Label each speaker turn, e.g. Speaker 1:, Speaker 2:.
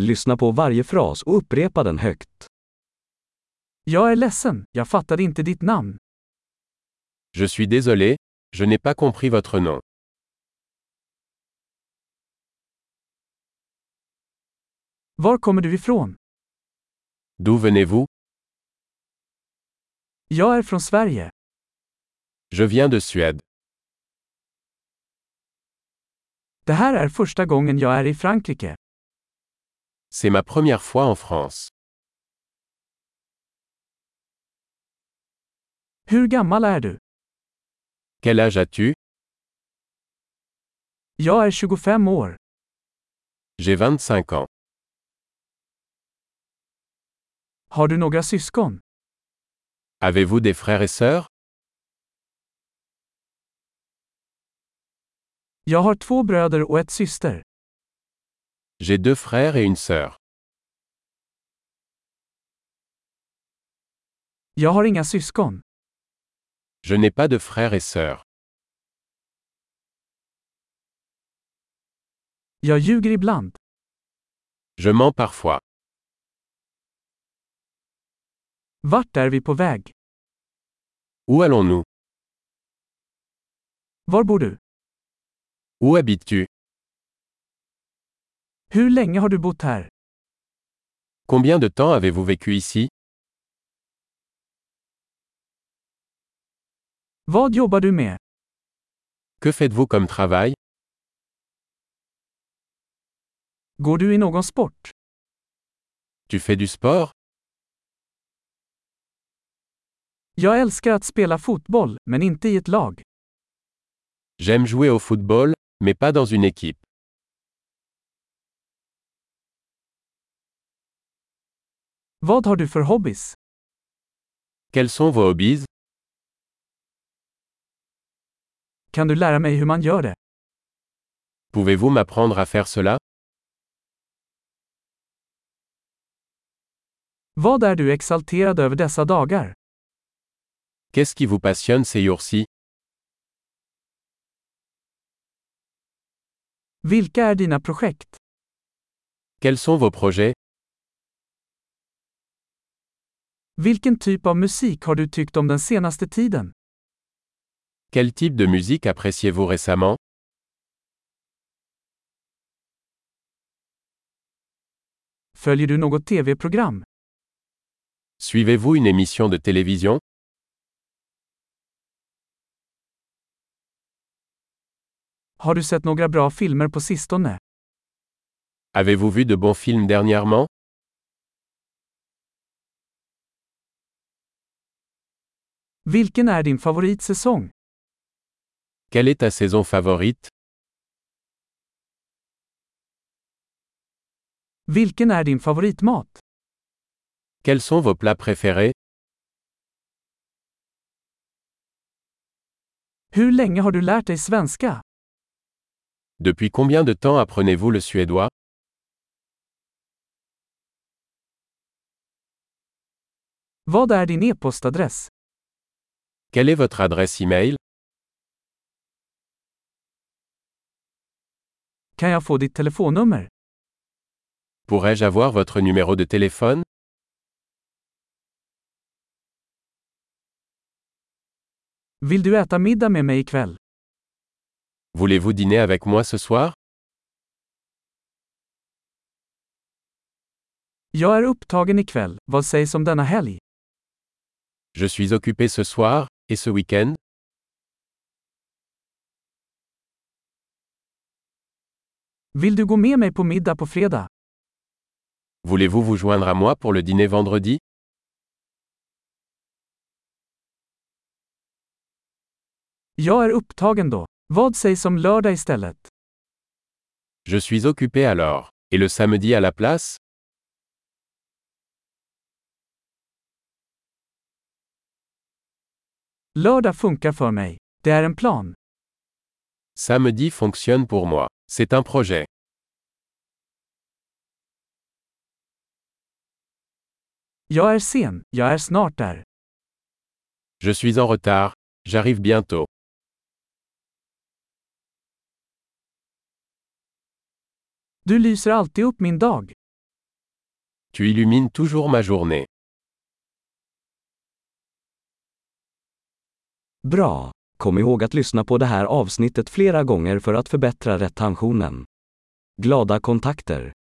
Speaker 1: Lyssna på varje fras och upprepa den högt.
Speaker 2: Jag är ledsen, jag fattade inte ditt namn.
Speaker 3: Je suis désolé, je n'ai pas compris votre nom.
Speaker 2: Var kommer du ifrån?
Speaker 3: D'où venez-vous
Speaker 2: Jag är från Sverige.
Speaker 3: Je viens de Suède.
Speaker 2: Det här är första gången jag är i Frankrike.
Speaker 3: C'est ma première fois en France.
Speaker 2: Hur gammal är du?
Speaker 3: Quel âge as-tu
Speaker 2: Jag är 25 år.
Speaker 3: J'ai 25 ans.
Speaker 2: Har du några syskon?
Speaker 3: Avez-vous des frères et sœurs
Speaker 2: Jag har två bröder och ett syster.
Speaker 3: J'ai deux frères et une sœur.
Speaker 2: Jag har inga syskon.
Speaker 3: Je n'ai pas de frères et sœurs.
Speaker 2: Jag ljuger ibland.
Speaker 3: Je mens parfois.
Speaker 2: Vart är vi på väg?
Speaker 3: Où allons-nous
Speaker 2: Var bor du?
Speaker 3: Où habites-tu
Speaker 2: Hur länge har du bott här?
Speaker 3: Combien de temps avez-vous vécu ici
Speaker 2: Vad jobbar du med?
Speaker 3: Que faites-vous comme travail
Speaker 2: Går du i någon sport?
Speaker 3: Tu fais du sport
Speaker 2: Jag älskar att spela fotboll, men inte i ett lag.
Speaker 3: J'aime jouer au football, mais pas dans une équipe.
Speaker 2: Vad har du för hobbys?
Speaker 3: Quels sont vos hobbies
Speaker 2: Kan du lära mig hur man gör det?
Speaker 3: Pouvez-vous m'apprendre à faire cela
Speaker 2: Vad är du exalterad över dessa dagar?
Speaker 3: Qu'est-ce qui vous passionne ces jours-ci
Speaker 2: Vilka är dina projekt?
Speaker 3: Quels sont vos projets
Speaker 2: Vilken typ av musik har du tyckt om den senaste tiden?
Speaker 3: Quel type de musique appréciez-vous récemment
Speaker 2: Följer du något tv-program?
Speaker 3: Suivez-vous une émission de télévision
Speaker 2: Har du sett några bra filmer på sistone?
Speaker 3: Avez-vous vu de bons films dernièrement
Speaker 2: Vilken är din favoritsäsong?
Speaker 3: Quelle est ta saison favorite
Speaker 2: Vilken är din favoritmat?
Speaker 3: Quels sont vos plats préférés
Speaker 2: Hur länge har du lärt dig svenska?
Speaker 3: Depuis combien de temps apprenez-vous le suédois
Speaker 2: Vad är din e-postadress?
Speaker 3: Quelle est votre adresse e-mail
Speaker 2: Kan jag få ditt telefonnummer?
Speaker 3: Pourrais-je avoir votre numéro de téléphone
Speaker 2: Vill du äta middag med mig ikväll?
Speaker 3: Voulez-vous dîner avec moi ce soir
Speaker 2: Jag är upptagen ikväll, vad sägs om denna helg?
Speaker 3: Je suis occupé ce soir, et ce week-end
Speaker 2: Vill du gå med mig på middag på fredag?
Speaker 3: Voulez-vous vous joindre à moi pour le dîner vendredi
Speaker 2: Jag är upptagen då. Vad sägs om lördag istället?
Speaker 3: Je suis occupé alors. Et le samedi à la place
Speaker 2: Lördag funkar för mig. Det är en plan.
Speaker 3: Samedi fonctionne pour moi. C'est un projet.
Speaker 2: Jag är sen, jag är snart där.
Speaker 3: Je suis en retard. J'arrive bientôt.
Speaker 2: Du lyser alltid upp min dag.
Speaker 3: Tu illumines toujours ma journée.
Speaker 2: Bra! Kom ihåg att lyssna på det här avsnittet flera gånger för att förbättra retentionen. Glada kontakter!